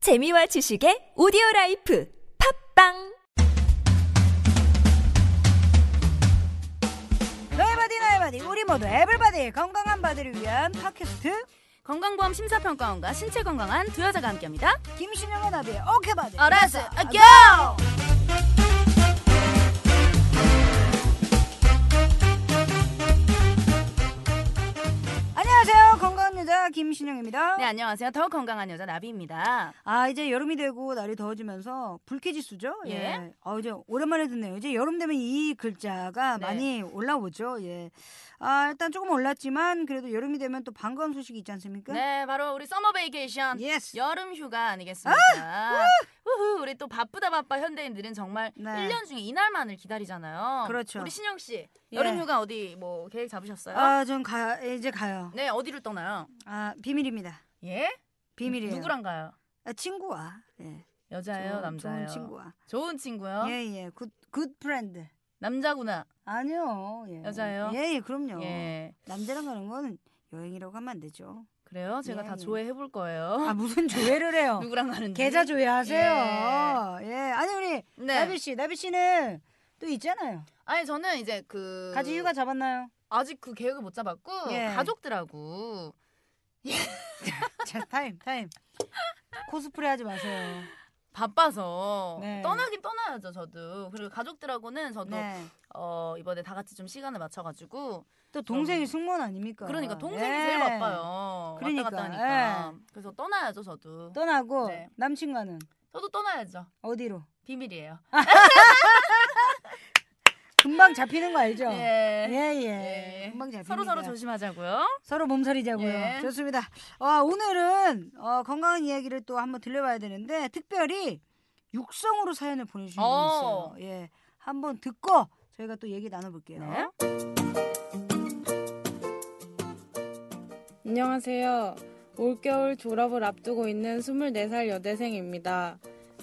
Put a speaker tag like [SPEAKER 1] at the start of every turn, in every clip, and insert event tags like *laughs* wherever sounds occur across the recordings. [SPEAKER 1] 재미와 지식의 오디오 라이프 팝빵
[SPEAKER 2] 너의 바디 나의 바디 우리 모두 에블바디 건강한 바디를 위한 팟캐스트
[SPEAKER 3] 건강보험 심사평가원과 신체 건강한 두 여자가 함께합니다.
[SPEAKER 2] 김신영의 나비의 오케이 바디
[SPEAKER 3] 알아서 아껴!
[SPEAKER 2] 안녕하세요 건강한 여자 김신영입니다
[SPEAKER 3] 네 안녕하세요. 더 건강한 여자 나비입니다.
[SPEAKER 2] 아 이제 여름이 되고 날이 더워지면서 불쾌지수죠
[SPEAKER 3] 예.
[SPEAKER 2] 아 이제 오랜만에 듣네요 이제 여름 되면 이 글자가
[SPEAKER 3] 네.
[SPEAKER 2] 많이 올라오죠 예아 일단 조금 올랐지만 그래도 여름이 되면 또 반가운 소식이 있지 않습니까
[SPEAKER 3] 네 바로 우리 서머 베이케이션
[SPEAKER 2] 예스
[SPEAKER 3] 여름 휴가 아니겠습니까? 우후 우리 또 바쁘다 바빠 현대인들은 정말
[SPEAKER 2] 네.
[SPEAKER 3] 1년 중에 이날만을 기다리잖아요.
[SPEAKER 2] 그렇죠.
[SPEAKER 3] 우리 신영 씨
[SPEAKER 2] 예.
[SPEAKER 3] 여름 휴가 어디 뭐 계획 잡으셨어요?
[SPEAKER 2] 아전 가 이제 가요
[SPEAKER 3] 네 어디를 떠나요?
[SPEAKER 2] 아 비밀입니다
[SPEAKER 3] 예?
[SPEAKER 2] 비밀이에요
[SPEAKER 3] 누구랑 가요?
[SPEAKER 2] 아, 친구와 예
[SPEAKER 3] 여자예요,
[SPEAKER 2] 좋은-
[SPEAKER 3] 남자예요?
[SPEAKER 2] 좋은
[SPEAKER 3] 어?
[SPEAKER 2] 친구와
[SPEAKER 3] 좋은 친구요?
[SPEAKER 2] 예예 굿굿 프렌드
[SPEAKER 3] 남자구나.
[SPEAKER 2] 아니요 예.
[SPEAKER 3] 여자예요?
[SPEAKER 2] 예예 그럼요
[SPEAKER 3] 예.
[SPEAKER 2] 남자랑 가는 건 여행이라고 하면 안 되죠
[SPEAKER 3] 그래요? 제가
[SPEAKER 2] 예,
[SPEAKER 3] 다
[SPEAKER 2] 예.
[SPEAKER 3] 조회해 볼 거예요.
[SPEAKER 2] 아 무슨 조회를 해요
[SPEAKER 3] *laughs* 누구랑 가는지.
[SPEAKER 2] 계좌 조회하세요 예, 아니 우리
[SPEAKER 3] 네.
[SPEAKER 2] 나비씨 나비씨는 또 있잖아요
[SPEAKER 3] 아니 저는 이제 그
[SPEAKER 2] 같이 휴가 잡았나요?
[SPEAKER 3] 아직 그 계획을 못 잡았고
[SPEAKER 2] 예.
[SPEAKER 3] 가족들하고
[SPEAKER 2] 자 타임 타임 코스프레 하지 마세요
[SPEAKER 3] 바빠서
[SPEAKER 2] 네.
[SPEAKER 3] 떠나긴 떠나야죠 저도 그리고 가족들하고는 저도 어, 이번에 다 같이 좀 시간을 맞춰가지고
[SPEAKER 2] 또 동생이 승무원 아닙니까
[SPEAKER 3] 그러니까 동생이
[SPEAKER 2] 예.
[SPEAKER 3] 제일 바빠요
[SPEAKER 2] 그러니까,
[SPEAKER 3] 왔다 갔다 하니까 그래서 떠나야죠 저도
[SPEAKER 2] 떠나고
[SPEAKER 3] 네.
[SPEAKER 2] 남친과는
[SPEAKER 3] 저도 떠나야죠
[SPEAKER 2] 어디로
[SPEAKER 3] 비밀이에요
[SPEAKER 2] 아. 금방 잡히는 거 알죠?
[SPEAKER 3] 예.
[SPEAKER 2] 예예.
[SPEAKER 3] 예.
[SPEAKER 2] 금방 잡힙니다.
[SPEAKER 3] 서로 서로 조심하자고요
[SPEAKER 2] 서로 몸살이자고요.
[SPEAKER 3] 예.
[SPEAKER 2] 좋습니다. 어, 오늘은 어, 건강한 이야기를 또 한번 들려봐야 되는데 특별히 육성으로 사연을 보내주신
[SPEAKER 3] 어.
[SPEAKER 2] 분이 있어요. 예, 한번 듣고 저희가 또 얘기 나눠볼게요.
[SPEAKER 3] 네.
[SPEAKER 4] 안녕하세요. 올겨울 졸업을 앞두고 있는 24살 여대생입니다.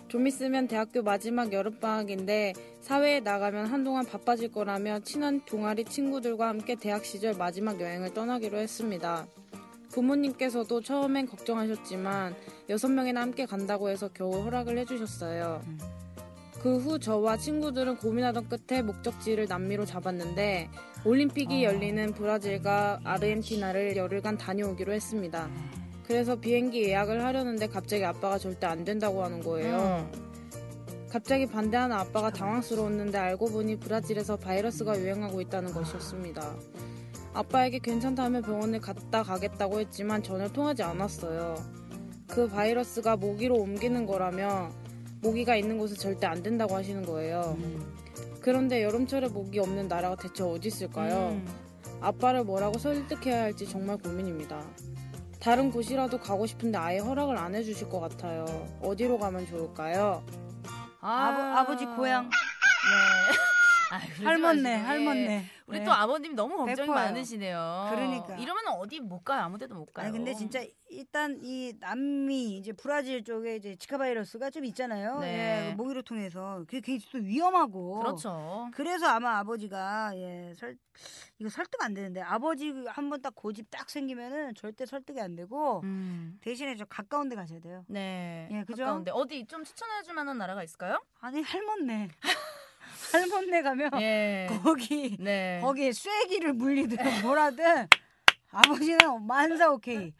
[SPEAKER 4] 좀 있으면 대학교 마지막 여름방학인데 사회에 나가면 한동안 바빠질 거라며 친한 동아리 친구들과 함께 대학 시절 마지막 여행을 떠나기로 했습니다. 부모님께서도 처음엔 걱정하셨지만 6명이나 함께 간다고 해서 겨우 허락을 해주셨어요. 그 후 저와 친구들은 고민하던 끝에 목적지를 남미로 잡았는데 올림픽이 열리는 브라질과 아르헨티나를 열흘간 다녀오기로 했습니다. 그래서 비행기 예약을 하려는데 갑자기 아빠가 절대 안 된다고 하는
[SPEAKER 3] 음.
[SPEAKER 4] 거예요. 갑자기 반대하는 아빠가 당황스러웠는데 알고 보니 브라질에서 바이러스가 유행하고 있다는 것이었습니다. 아빠에게 괜찮다면 병원에 갔다 가겠다고 했지만 전혀 통하지 않았어요. 그 바이러스가 모기로 옮기는 거라며 모기가 있는 곳은 절대 안 된다고 하시는 거예요. 그런데 여름철에 모기 없는 나라가 대체 어디 있을까요? 아빠를 뭐라고 설득해야 할지 정말 고민입니다. 다른 곳이라도 가고 싶은데 아예 허락을 안 해주실 것 같아요. 어디로 가면 좋을까요?
[SPEAKER 2] 아버, 아버지 고향
[SPEAKER 3] 네. *laughs* 아이, 그러지
[SPEAKER 2] 할머네
[SPEAKER 3] 마시고, 예.
[SPEAKER 2] 할머네.
[SPEAKER 3] 우리
[SPEAKER 2] 네.
[SPEAKER 3] 또 아버님 너무 걱정이
[SPEAKER 2] 백퍼예요.
[SPEAKER 3] 많으시네요.
[SPEAKER 2] 그러니까.
[SPEAKER 3] 이러면 어디 못 가요. 아무 데도 못 가요.
[SPEAKER 2] 아니 근데 진짜 일단 이 남미 이제 브라질 쪽에 이제 지카 바이러스가 좀 있잖아요.
[SPEAKER 3] 네.
[SPEAKER 2] 예, 모기로 통해서 그게 굉장히 또 위험하고
[SPEAKER 3] 그렇죠.
[SPEAKER 2] 그래서 아마 아버지가 예, 설, 이거 설득 안 되는데 아버지 그 한 번 딱 고집 딱 생기면은 절대 설득이 안 되고
[SPEAKER 3] 음.
[SPEAKER 2] 대신에 저 가까운 데 가셔야 돼요.
[SPEAKER 3] 네.
[SPEAKER 2] 예, 그죠?
[SPEAKER 3] 가까운데 어디 좀 추천해 줄 만한 나라가 있을까요?
[SPEAKER 2] 아니 *laughs* 할머네 할머네 가면
[SPEAKER 3] 예.
[SPEAKER 2] 거기
[SPEAKER 3] 네.
[SPEAKER 2] 거기에 쐐기를 물리든 뭐라든 아버지는 만사 오케이.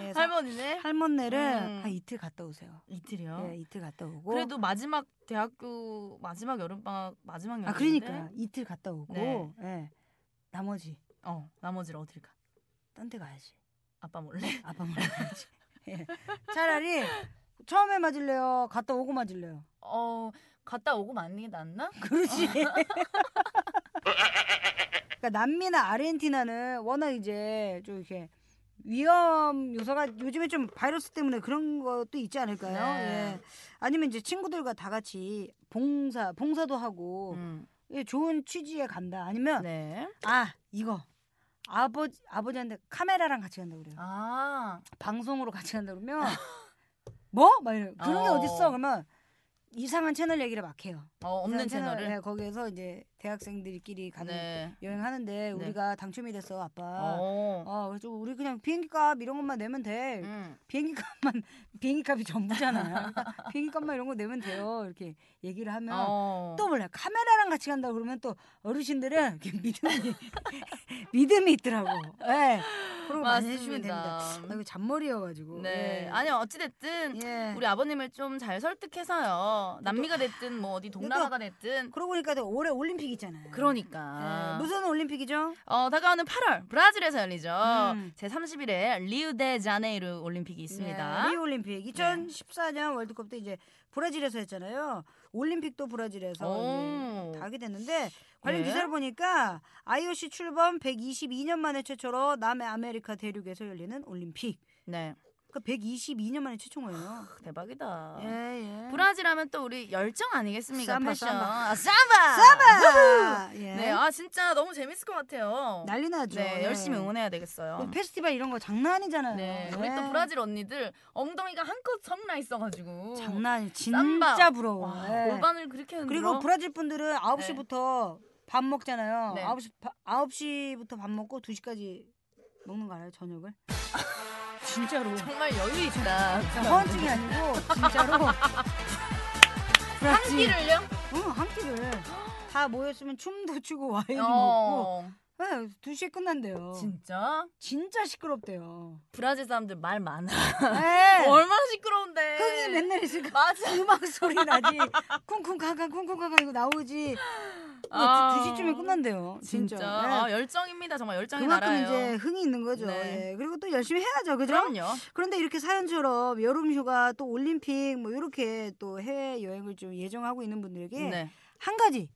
[SPEAKER 2] 예, 사-
[SPEAKER 3] 할머니네.
[SPEAKER 2] 할머니를
[SPEAKER 3] 음.
[SPEAKER 2] 한 이틀 갔다 오세요.
[SPEAKER 3] 이틀이요.
[SPEAKER 2] 예, 이틀 갔다 오고
[SPEAKER 3] 그렇죠. 그래도 마지막 대학교 마지막 여름 방학 마지막 여름.
[SPEAKER 2] 아 그러니까 이틀 갔다 오고
[SPEAKER 3] 음, 네.
[SPEAKER 2] 예. 나머지
[SPEAKER 3] 어 나머지를 어딜 가?
[SPEAKER 2] 딴 데 가야지.
[SPEAKER 3] 아빠 몰래.
[SPEAKER 2] 아빠 몰라야지. *laughs* 예. 차라리 처음에 맞을래요? 갔다 오고 맞을래요? *laughs*
[SPEAKER 3] 어 갔다 오고 맞는 게 낫나?
[SPEAKER 2] 그러지. 그러니까 남미나 아르헨티나는 워낙 이제 좀 이렇게 위험 요소가 요즘에 좀 바이러스 때문에 그런 것도 있지 않을까요?
[SPEAKER 3] 네.
[SPEAKER 2] 예. 아니면 이제 친구들과 다 같이 봉사 봉사도 하고
[SPEAKER 3] 음.
[SPEAKER 2] 예, 좋은 취지에 간다. 아니면
[SPEAKER 3] 네.
[SPEAKER 2] 아 이거 아버지 아버지한테 카메라랑 같이 간다 그래요.
[SPEAKER 3] 아.
[SPEAKER 2] 방송으로 같이 간다
[SPEAKER 3] *laughs*
[SPEAKER 2] 그러면 뭐? 막 이래. 그런 게
[SPEAKER 3] 어.
[SPEAKER 2] 어딨어? 그러면 이상한 채널 얘기를 막 해요.
[SPEAKER 3] 어 없는
[SPEAKER 2] 이상한
[SPEAKER 3] 채널을.
[SPEAKER 2] 예, 거기에서 이제 대학생들끼리 가는
[SPEAKER 3] 네.
[SPEAKER 2] 여행하는데 우리가 당첨이 됐어 아빠. 어.
[SPEAKER 3] 어.
[SPEAKER 2] 그래서 우리 그냥 비행기 값 이런 것만 내면 돼.
[SPEAKER 3] 음.
[SPEAKER 2] 비행기 값만 *laughs* 비행기 값이 전부잖아요.
[SPEAKER 3] *laughs*
[SPEAKER 2] 그러니까 비행기 값만 이런 거 내면 돼요. 이렇게 얘기를 하면
[SPEAKER 3] 어.
[SPEAKER 2] 또 몰라 카메라랑 같이 간다 그러면 또 어르신들은 이렇게
[SPEAKER 3] *laughs*
[SPEAKER 2] 믿음이 *laughs* 믿음이 있더라고. 예. 그런 거 많이 해주면 됩니다.
[SPEAKER 3] 맞습니다.
[SPEAKER 2] 아, 이거 잔머리여가지고.
[SPEAKER 3] 네.
[SPEAKER 2] 예.
[SPEAKER 3] 아니 어찌됐든
[SPEAKER 2] 예.
[SPEAKER 3] 우리 아버님을 좀 잘 설득해서요. 남미가 됐든 뭐 어디 동남아가 됐든
[SPEAKER 2] 그러고 보니까 또 올해 올림픽 있잖아요.
[SPEAKER 3] 그러니까
[SPEAKER 2] 예. 무슨 올림픽이죠?
[SPEAKER 3] 어, 다가오는 8월 브라질에서 열리죠.
[SPEAKER 2] 음.
[SPEAKER 3] 제 31회 리우데자네이루 올림픽이 있습니다.
[SPEAKER 2] 네, 리우 올림픽 2014년 월드컵 때 이제 브라질에서 했잖아요. 올림픽도 브라질에서
[SPEAKER 3] 오.
[SPEAKER 2] 이제 예. 다 하게 됐는데 관련
[SPEAKER 3] 예.
[SPEAKER 2] 기사를 보니까 IOC 출범 122년 만에 최초로 남아메리카 대륙에서 열리는 올림픽.
[SPEAKER 3] 네.
[SPEAKER 2] 그 122년 만에 최초인 거예요.
[SPEAKER 3] 대박이다.
[SPEAKER 2] 예, 예.
[SPEAKER 3] 브라질 하면 또 우리 열정 아니겠습니까?
[SPEAKER 2] 삼바,
[SPEAKER 3] 패션.
[SPEAKER 2] 삼바.
[SPEAKER 3] 아, 사바.
[SPEAKER 2] 사바! 예.
[SPEAKER 3] 네. 아, 진짜 너무 재밌을 것 같아요.
[SPEAKER 2] 난리 나죠.
[SPEAKER 3] 네,
[SPEAKER 2] 예.
[SPEAKER 3] 열심히 응원해야 되겠어요.
[SPEAKER 2] 그 페스티벌 이런 거 장난 아니잖아요.
[SPEAKER 3] 네,
[SPEAKER 2] 예.
[SPEAKER 3] 우리 또 브라질 언니들 엉덩이가 한껏 성나 있어가지고
[SPEAKER 2] 장난 아니 진짜
[SPEAKER 3] 쌈바.
[SPEAKER 2] 부러워.
[SPEAKER 3] 와,
[SPEAKER 2] 예.
[SPEAKER 3] 골반을 그렇게 흔들어.
[SPEAKER 2] 그리고 브라질 분들은 9시부터 밥 먹잖아요.
[SPEAKER 3] 네.
[SPEAKER 2] 9시, 바- 9시부터 밥 먹고 2시까지 먹는 거 알아요?
[SPEAKER 3] *laughs*
[SPEAKER 2] 저녁을? 진짜로. 그러니까
[SPEAKER 3] 정말 여유 있다.
[SPEAKER 2] 허언증이 아니고
[SPEAKER 3] *laughs*
[SPEAKER 2] 진짜로.
[SPEAKER 3] 한
[SPEAKER 2] 브라질.
[SPEAKER 3] 끼를요?
[SPEAKER 2] 응, 한 끼를. 다 모였으면 춤도 추고 와인 먹고.
[SPEAKER 3] 어,
[SPEAKER 2] 네, 2시에 끝난대요.
[SPEAKER 3] 진짜?
[SPEAKER 2] 진짜 시끄럽대요.
[SPEAKER 3] *laughs* 브라질 사람들 말 많아.
[SPEAKER 2] 네.
[SPEAKER 3] 얼마나 시끄러운데.
[SPEAKER 2] 흥이 맨날 있으니까
[SPEAKER 3] 맞아.
[SPEAKER 2] 음악 소리 나지. 쿵쿵카강 쿵쿵카강 이거 나오지. 뭐
[SPEAKER 3] 아.
[SPEAKER 2] 2시쯤에 끝난대요.
[SPEAKER 3] 진짜.
[SPEAKER 2] 진짜. 네.
[SPEAKER 3] 아, 열정입니다. 정말 열정이
[SPEAKER 2] 그만큼
[SPEAKER 3] 나라예요.
[SPEAKER 2] 이제 흥이 있는 거죠.
[SPEAKER 3] 네.
[SPEAKER 2] 예. 그리고 또 열심히 해야죠. 그죠?
[SPEAKER 3] 그럼요.
[SPEAKER 2] 런데 이렇게 사연처럼 여름 휴가 또 올림픽 뭐 이렇게 또 해외 여행을 좀 예정하고 있는 분들에게
[SPEAKER 3] 네.
[SPEAKER 2] 한 가지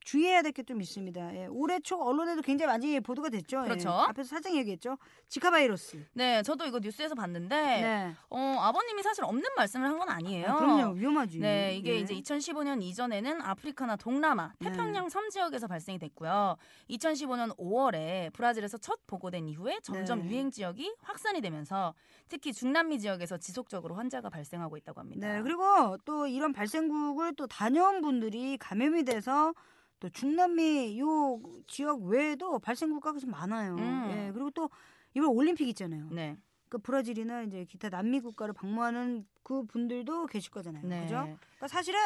[SPEAKER 2] 주의해야 될 게 좀 있습니다. 예. 올해 초 언론에도 굉장히 많이 보도가 됐죠. 예.
[SPEAKER 3] 그렇죠.
[SPEAKER 2] 앞에서 사장 얘기했죠. 지카 바이러스.
[SPEAKER 3] 네, 저도 이거 뉴스에서 봤는데
[SPEAKER 2] 네.
[SPEAKER 3] 어, 아버님이 사실 없는 말씀을 한 건 아니에요.
[SPEAKER 2] 아, 그럼요. 위험하지.
[SPEAKER 3] 네, 이게
[SPEAKER 2] 예. 네.
[SPEAKER 3] 이제 2015년 이전에는 아프리카나 동남아, 태평양 섬 지역에서 발생이 됐고요. 2015년 5월에 브라질에서 첫 보고된 이후에 점점
[SPEAKER 2] 네.
[SPEAKER 3] 유행 지역이 확산이 되면서 특히 중남미 지역에서 지속적으로 환자가 발생하고 있다고 합니다.
[SPEAKER 2] 네, 그리고 또 이런 발생국을 또 다녀온 분들이 감염이 돼서 또 중남미 요 지역 외에도 발생국가 좀 많아요.
[SPEAKER 3] 음.
[SPEAKER 2] 예, 그리고 또 이번 올림픽 있잖아요.
[SPEAKER 3] 네,
[SPEAKER 2] 그 브라질이나 이제 기타 남미 국가를 방문하는 그 분들도 계실 거잖아요.
[SPEAKER 3] 네.
[SPEAKER 2] 그죠? 그러니까 사실은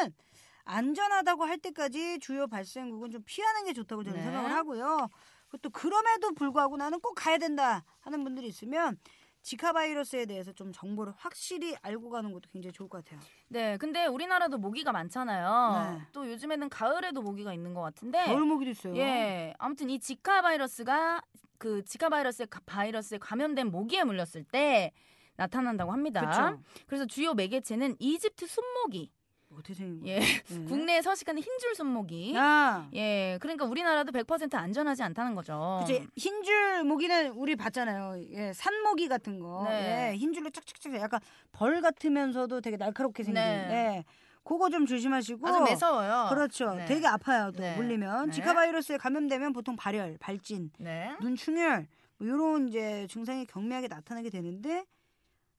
[SPEAKER 2] 안전하다고 할 때까지 주요 발생국은 좀 피하는 게 좋다고 저는
[SPEAKER 3] 네.
[SPEAKER 2] 생각을 하고요. 그것도 그럼에도 불구하고 나는 꼭 가야 된다 하는 분들이 있으면 지카 바이러스에 대해서 좀 정보를 확실히 알고 가는 것도 굉장히 좋을 것 같아요.
[SPEAKER 3] 네, 근데 우리나라도 모기가 많잖아요.
[SPEAKER 2] 네.
[SPEAKER 3] 또 요즘에는 가을에도 모기가 있는 것 같은데.
[SPEAKER 2] 겨울 모기도 있어요.
[SPEAKER 3] 네. 예, 아무튼 이 지카 바이러스가 그 지카 바이러스의 가- 바이러스에 감염된 모기에 물렸을 때 나타난다고 합니다.
[SPEAKER 2] 그렇죠.
[SPEAKER 3] 그래서 주요 매개체는 이집트 순모기,
[SPEAKER 2] 어떻게 생긴 거야? 네.
[SPEAKER 3] 예, 국내에 서식하는 흰줄 순모기.
[SPEAKER 2] 야.
[SPEAKER 3] 예, 그러니까 우리나라도 100% 안전하지 않다는 거죠.
[SPEAKER 2] 그치 흰줄 모기는 우리 봤잖아요. 예, 산모기 같은 거.
[SPEAKER 3] 네.
[SPEAKER 2] 예, 흰줄로 쫙쫙쫙 약간 벌 같으면서도 되게 날카롭게 생긴.
[SPEAKER 3] 네.
[SPEAKER 2] 예. 그거 좀 조심하시고.
[SPEAKER 3] 아주 매서워요.
[SPEAKER 2] 어. 그렇죠.
[SPEAKER 3] 네.
[SPEAKER 2] 되게 아파요. 또
[SPEAKER 3] 네.
[SPEAKER 2] 물리면
[SPEAKER 3] 네.
[SPEAKER 2] 지카 바이러스에 감염되면 보통 발열, 발진,
[SPEAKER 3] 네.
[SPEAKER 2] 눈충혈 뭐 이런 이제 증상이 경미하게 나타나게 되는데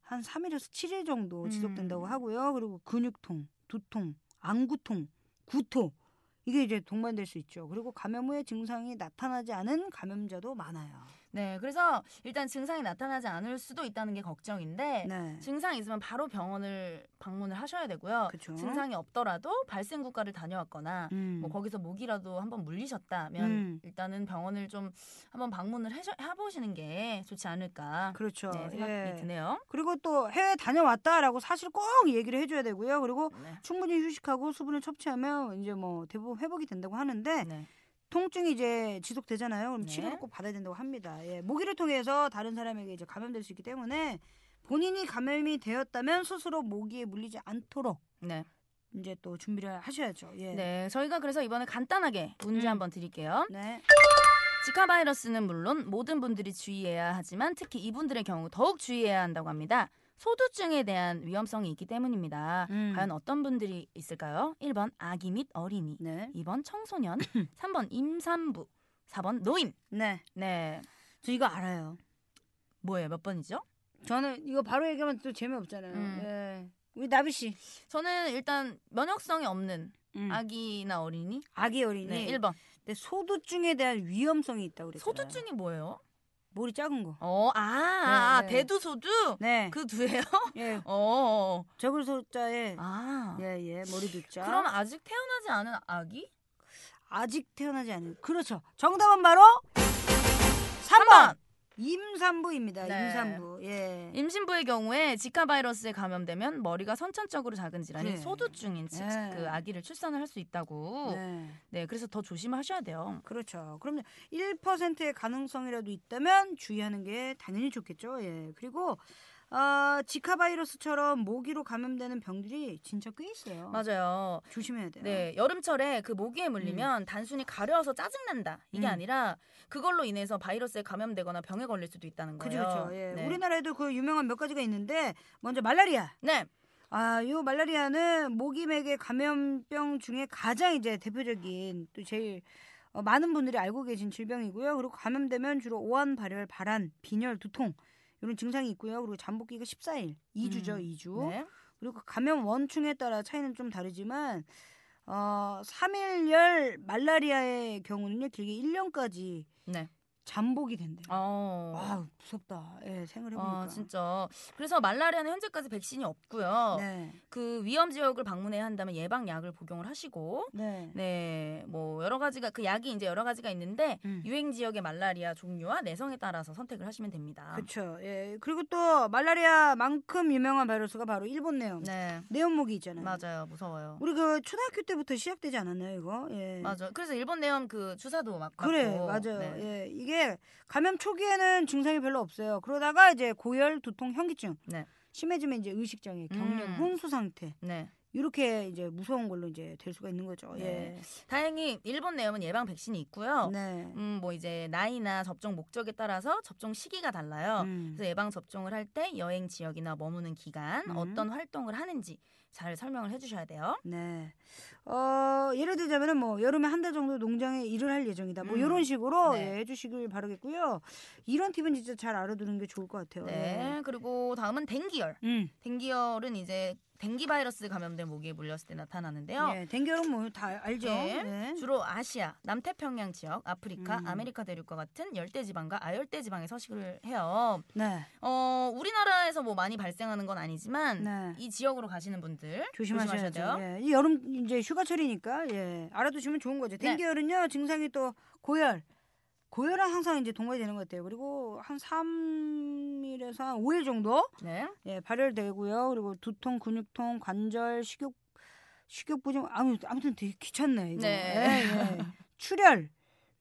[SPEAKER 2] 한 3일에서 7일 정도 지속된다고
[SPEAKER 3] 음.
[SPEAKER 2] 하고요. 그리고 근육통, 두통, 안구통, 구토 이게 이제 동반될 수 있죠. 그리고 감염 후에 증상이 나타나지 않은 감염자도 많아요.
[SPEAKER 3] 네, 그래서 일단 증상이 나타나지 않을 수도 있다는 게 걱정인데
[SPEAKER 2] 네.
[SPEAKER 3] 증상이 있으면 바로 병원을 방문을 하셔야 되고요.
[SPEAKER 2] 그쵸.
[SPEAKER 3] 증상이 없더라도 발생 국가를 다녀왔거나
[SPEAKER 2] 음.
[SPEAKER 3] 뭐 거기서 모기라도 한번 물리셨다면
[SPEAKER 2] 음.
[SPEAKER 3] 일단은 병원을 좀 한번 방문을 해셔, 해보시는 게 좋지 않을까
[SPEAKER 2] 그렇죠.
[SPEAKER 3] 네, 생각이
[SPEAKER 2] 예.
[SPEAKER 3] 드네요.
[SPEAKER 2] 그리고 또 해외 다녀왔다라고 사실 꼭 얘기를 해줘야 되고요. 그리고
[SPEAKER 3] 네.
[SPEAKER 2] 충분히 휴식하고 수분을 섭취하면 이제 뭐 대부분 회복이 된다고 하는데
[SPEAKER 3] 네.
[SPEAKER 2] 통증이 이제 지속되잖아요. 그럼
[SPEAKER 3] 네.
[SPEAKER 2] 치료를 꼭 받아야 된다고 합니다. 예, 모기를 통해서 다른 사람에게 이제 감염될 수 있기 때문에 본인이 감염이 되었다면 스스로 모기에 물리지 않도록
[SPEAKER 3] 네.
[SPEAKER 2] 이제 또 준비를 하셔야죠. 예.
[SPEAKER 3] 네, 저희가 그래서 이번에 간단하게 문제
[SPEAKER 2] 음.
[SPEAKER 3] 한번 드릴게요.
[SPEAKER 2] 네.
[SPEAKER 3] 지카 바이러스는 물론 모든 분들이 주의해야 하지만 특히 이분들의 경우 더욱 주의해야 한다고 합니다. 소두증에 대한 위험성이 있기 때문입니다.
[SPEAKER 2] 음.
[SPEAKER 3] 과연 어떤 분들이 있을까요? 1번 아기 및 어린이,
[SPEAKER 2] 네. *laughs*
[SPEAKER 3] 2번 청소년, 3번 임산부, 4번 노인.
[SPEAKER 2] 네.
[SPEAKER 3] 네.
[SPEAKER 2] 저 이거 알아요.
[SPEAKER 3] 뭐예요? 몇 번이죠?
[SPEAKER 2] 저는 이거 바로 얘기하면 또 재미없잖아요.
[SPEAKER 3] 음.
[SPEAKER 2] 예. 우리 나비 씨.
[SPEAKER 3] 저는 일단 면역성이 없는
[SPEAKER 2] 음.
[SPEAKER 3] 아기나 어린이?
[SPEAKER 2] 아기 어린이.
[SPEAKER 3] 네, 1번.
[SPEAKER 2] 근데 소두증에 대한 위험성이 있다고 그랬잖아요.
[SPEAKER 3] 소두증이 뭐예요?
[SPEAKER 2] 머리 작은 거.
[SPEAKER 3] 어, 아, 아,
[SPEAKER 2] 네, 네.
[SPEAKER 3] 대두 소두?
[SPEAKER 2] 네.
[SPEAKER 3] 그 두예요? *laughs*
[SPEAKER 2] 예.
[SPEAKER 3] 어.
[SPEAKER 2] 저글 소자에
[SPEAKER 3] 아.
[SPEAKER 2] 예, 예. 머리 두자.
[SPEAKER 3] 그럼 아직 태어나지 않은 아기?
[SPEAKER 2] 아직 태어나지 않은. 그렇죠. 정답은 바로 3번. 임산부입니다.
[SPEAKER 3] 네.
[SPEAKER 2] 임산부. 예.
[SPEAKER 3] 임신부의 경우에 지카 바이러스에 감염되면 머리가 선천적으로 작은 질환인
[SPEAKER 2] 그래.
[SPEAKER 3] 소두증인 즉
[SPEAKER 2] 네.
[SPEAKER 3] 그 아기를 출산을 할 수 있다고. 네.
[SPEAKER 2] 네.
[SPEAKER 3] 그래서 더 조심하셔야 돼요.
[SPEAKER 2] 그렇죠. 그럼 1%의 가능성이라도 있다면 주의하는 게 당연히 좋겠죠. 예. 그리고 어, 지카 바이러스처럼 모기로 감염되는 병들이 진짜 꽤 있어요.
[SPEAKER 3] 맞아요.
[SPEAKER 2] 조심해야 돼요.
[SPEAKER 3] 네, 여름철에 그 모기에 물리면 단순히 가려워서 짜증난다. 이게
[SPEAKER 2] 음.
[SPEAKER 3] 아니라 그걸로 인해서 바이러스에 감염되거나 병에 걸릴 수도 있다는 거예요.
[SPEAKER 2] 그죠, 그죠. 예.
[SPEAKER 3] 네.
[SPEAKER 2] 우리나라에도 그 유명한 몇 가지가 있는데 먼저 말라리아.
[SPEAKER 3] 네.
[SPEAKER 2] 아, 요 말라리아는 모기맥의 감염병 중에 가장 이제 대표적인 또 제일 어, 많은 분들이 알고 계신 질병이고요. 그리고 감염되면 주로 오한, 발열, 발한, 빈혈, 두통 이런 증상이 있고요. 그리고 잠복기가 14일, 2주죠,
[SPEAKER 3] 음,
[SPEAKER 2] 2주.
[SPEAKER 3] 네.
[SPEAKER 2] 그리고 감염 원충에 따라 차이는 좀 다르지만 어, 3일열 말라리아의 경우는요. 길게 1년까지
[SPEAKER 3] 네.
[SPEAKER 2] 잠복이 된대요.
[SPEAKER 3] 어.
[SPEAKER 2] 아, 무섭다. 예, 생을 해 보니까.
[SPEAKER 3] 아, 진짜. 그래서 말라리아는 현재까지 백신이 없고요.
[SPEAKER 2] 네.
[SPEAKER 3] 그 위험 지역을 방문해야 한다면 예방 약을 복용을 하시고
[SPEAKER 2] 네.
[SPEAKER 3] 네, 뭐 여러 가지가 그 약이 이제 여러 가지가 있는데
[SPEAKER 2] 음.
[SPEAKER 3] 유행 지역의 말라리아 종류와 내성에 따라서 선택을 하시면 됩니다.
[SPEAKER 2] 그렇죠. 예. 그리고 또 말라리아만큼 유명한 바이러스가 바로 일본 네온.
[SPEAKER 3] 네.
[SPEAKER 2] 네온모기 있잖아요.
[SPEAKER 3] 맞아요. 무서워요.
[SPEAKER 2] 우리 그 초등학교 때부터 시작되지 않았나요, 이거? 예.
[SPEAKER 3] 맞아. 그래서 일본 내염 그 주사도 막
[SPEAKER 2] 그래,
[SPEAKER 3] 맞고.
[SPEAKER 2] 맞아요.
[SPEAKER 3] 네.
[SPEAKER 2] 예, 이게 감염 초기에는 증상이 별로 없어요. 그러다가 이제 고열, 두통, 현기증,
[SPEAKER 3] 네.
[SPEAKER 2] 심해지면 이제 의식장애, 경련,
[SPEAKER 3] 음.
[SPEAKER 2] 홍수 상태
[SPEAKER 3] 네.
[SPEAKER 2] 이렇게 이제 무서운 걸로 이제 될 수가 있는 거죠.
[SPEAKER 3] 네. 다행히 일본 내염은 예방 백신이 있고요.
[SPEAKER 2] 예. 네.
[SPEAKER 3] 음, 뭐 이제 나이나 접종 목적에 따라서 접종 시기가 달라요.
[SPEAKER 2] 음.
[SPEAKER 3] 그래서 예방 접종을 할 때 여행 지역이나 머무는 기간,
[SPEAKER 2] 음.
[SPEAKER 3] 어떤 활동을 하는지 잘 설명을 해주셔야 돼요.
[SPEAKER 2] 네. 어, 예를 들자면은 뭐 여름에 한 달 정도 농장에 일을 할 예정이다. 뭐
[SPEAKER 3] 음.
[SPEAKER 2] 이런 식으로
[SPEAKER 3] 네.
[SPEAKER 2] 예, 해주시길 바라겠고요. 이런 팁은 진짜 잘 알아두는 게 좋을 것 같아요.
[SPEAKER 3] 네. 그리고 다음은 댕기열.
[SPEAKER 2] 예. 음.
[SPEAKER 3] 댕기열은 이제 댕기 바이러스 감염된 모기에 물렸을 때 나타나는데요.
[SPEAKER 2] 예, 댕결은 뭐 다 알죠.
[SPEAKER 3] 네.
[SPEAKER 2] 네.
[SPEAKER 3] 주로 아시아, 남태평양 지역, 아프리카,
[SPEAKER 2] 음.
[SPEAKER 3] 아메리카 대륙과 같은 열대 지방과 아열대 지방에 서식을 해요.
[SPEAKER 2] 네.
[SPEAKER 3] 어, 우리나라에서 뭐 많이 발생하는 건 아니지만
[SPEAKER 2] 네.
[SPEAKER 3] 이 지역으로 가시는 분들
[SPEAKER 2] 조심하셔야
[SPEAKER 3] 돼요.
[SPEAKER 2] 돼요. 예, 이 여름 이제 휴가철이니까 예, 알아두시면 좋은 거죠.
[SPEAKER 3] 네.
[SPEAKER 2] 댕결은요 증상이 또 고열, 고열은 항상 이제 동반이 되는 것 같아요. 그리고 한 3일에서 한 5일 정도
[SPEAKER 3] 네.
[SPEAKER 2] 예, 발열되고요. 그리고 두통, 근육통, 관절, 식욕, 식욕부진, 아무, 아무튼 되게 귀찮네. 이거.
[SPEAKER 3] 네.
[SPEAKER 2] 예, 예. 출혈,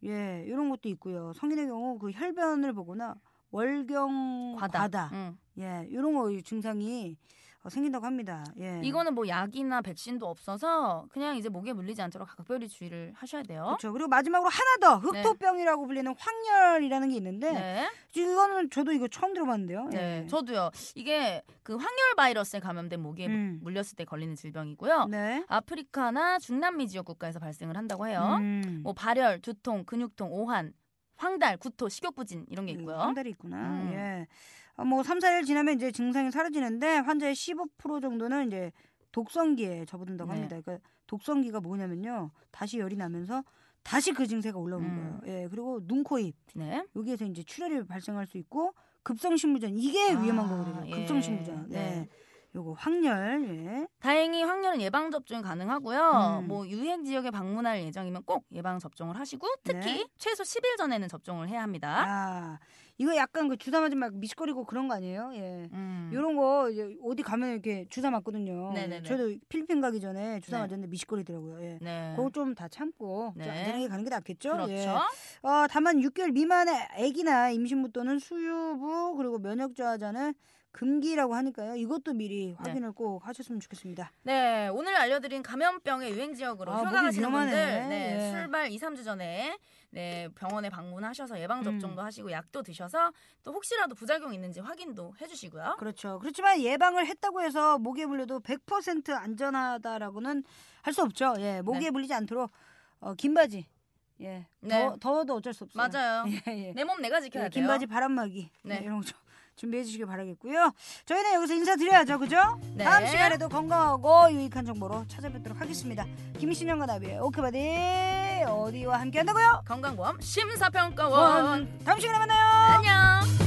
[SPEAKER 2] 예, 이런 것도 있고요. 성인의 경우 그 혈변을 보거나 월경 어, 과다,
[SPEAKER 3] 과다. 음. 응.
[SPEAKER 2] 예, 이런 거 증상이 어, 생긴다고 합니다. 예.
[SPEAKER 3] 이거는 뭐 약이나 백신도 없어서 그냥 이제 목에 물리지 않도록 각별히 주의를 하셔야 돼요.
[SPEAKER 2] 그렇죠. 그리고 마지막으로 하나 더 흑토병이라고 불리는 황열이라는 게 있는데
[SPEAKER 3] 네.
[SPEAKER 2] 이거는 저도 이거 처음 들어봤는데요.
[SPEAKER 3] 네.
[SPEAKER 2] 예.
[SPEAKER 3] 저도요. 이게 그 황열 바이러스에 감염된 모기에
[SPEAKER 2] 음.
[SPEAKER 3] 물렸을 때 걸리는 질병이고요.
[SPEAKER 2] 네.
[SPEAKER 3] 아프리카나 중남미 지역 국가에서 발생을 한다고 해요.
[SPEAKER 2] 음.
[SPEAKER 3] 뭐 발열, 두통, 근육통, 오한, 황달, 구토, 식욕부진 이런 게 있고요.
[SPEAKER 2] 한 음, 달이 있구나.
[SPEAKER 3] 음.
[SPEAKER 2] 예. 어, 뭐 3, 4일 지나면 이제 증상이 사라지는데 환자의 15% 정도는 이제 독성기에 접어든다고
[SPEAKER 3] 네.
[SPEAKER 2] 합니다. 그러니까 독성기가 뭐냐면요. 다시 열이 나면서 다시 그 증세가 올라오는
[SPEAKER 3] 음.
[SPEAKER 2] 거예요. 예. 그리고 눈, 코, 입.
[SPEAKER 3] 네.
[SPEAKER 2] 여기에서 이제 출혈이 발생할 수 있고 급성신부전 이게
[SPEAKER 3] 아,
[SPEAKER 2] 위험한 거거든요.
[SPEAKER 3] 예.
[SPEAKER 2] 급성신부전. 예.
[SPEAKER 3] 네.
[SPEAKER 2] 요거 확렬. 예.
[SPEAKER 3] 다행히 확률은 예방 접종이 가능하고요.
[SPEAKER 2] 음.
[SPEAKER 3] 뭐 유행 지역에 방문할 예정이면 꼭 예방 접종을 하시고 특히
[SPEAKER 2] 네.
[SPEAKER 3] 최소 10일 전에는 접종을 해야 합니다.
[SPEAKER 2] 아. 이거 약간 그 주사 맞으면 막 미식거리고 그런 거 아니에요? 예.
[SPEAKER 3] 음.
[SPEAKER 2] 이런 거 이제 어디 가면 이렇게 주사 맞거든요.
[SPEAKER 3] 네네네.
[SPEAKER 2] 저도 필리핀 가기 전에 주사
[SPEAKER 3] 네.
[SPEAKER 2] 맞았는데 미식거리더라고요. 예.
[SPEAKER 3] 네.
[SPEAKER 2] 그거 좀 다 참고
[SPEAKER 3] 네.
[SPEAKER 2] 좀 안전하게 가는 게 낫겠죠?
[SPEAKER 3] 그렇죠.
[SPEAKER 2] 예. 어, 다만 6개월 미만의 아기나 임신부 또는 수유부 그리고 면역 저하자는 금기라고 하니까요. 이것도 미리 확인을 꼭 하셨으면 좋겠습니다.
[SPEAKER 3] 네, 오늘 알려드린 감염병의 유행 지역으로
[SPEAKER 2] 아,
[SPEAKER 3] 휴가
[SPEAKER 2] 목이
[SPEAKER 3] 가시는
[SPEAKER 2] 위험하네.
[SPEAKER 3] 분들, 네,
[SPEAKER 2] 예.
[SPEAKER 3] 출발 2, 3주 전에 네, 병원에 방문하셔서 예방 접종도
[SPEAKER 2] 음.
[SPEAKER 3] 하시고 약도 드셔서 또 혹시라도 부작용 있는지 확인도 해주시고요.
[SPEAKER 2] 그렇죠. 그렇지만 예방을 했다고 해서 모기에 물려도 100% 안전하다라고는 할 수 없죠. 예, 모기에 물리지 않도록 어, 긴 바지. 예,
[SPEAKER 3] 네.
[SPEAKER 2] 더워도 어쩔 수 없어요.
[SPEAKER 3] 맞아요.
[SPEAKER 2] *laughs* 예, 예.
[SPEAKER 3] 내 몸네 내가 지켜야
[SPEAKER 2] 예,
[SPEAKER 3] 돼요.
[SPEAKER 2] 긴 바지 바람막이
[SPEAKER 3] 네.
[SPEAKER 2] 네, 이런 거 좀 준비해 주시길 바라겠고요. 저희는 여기서 인사드려야죠. 그죠?
[SPEAKER 3] 네.
[SPEAKER 2] 다음 시간에도 건강하고 유익한 정보로 찾아뵙도록 하겠습니다. 김신영과 나비의 오케바디 어디와 함께 한다고요?
[SPEAKER 3] 건강보험 심사평가원
[SPEAKER 2] 다음 시간에 만나요.
[SPEAKER 3] 안녕.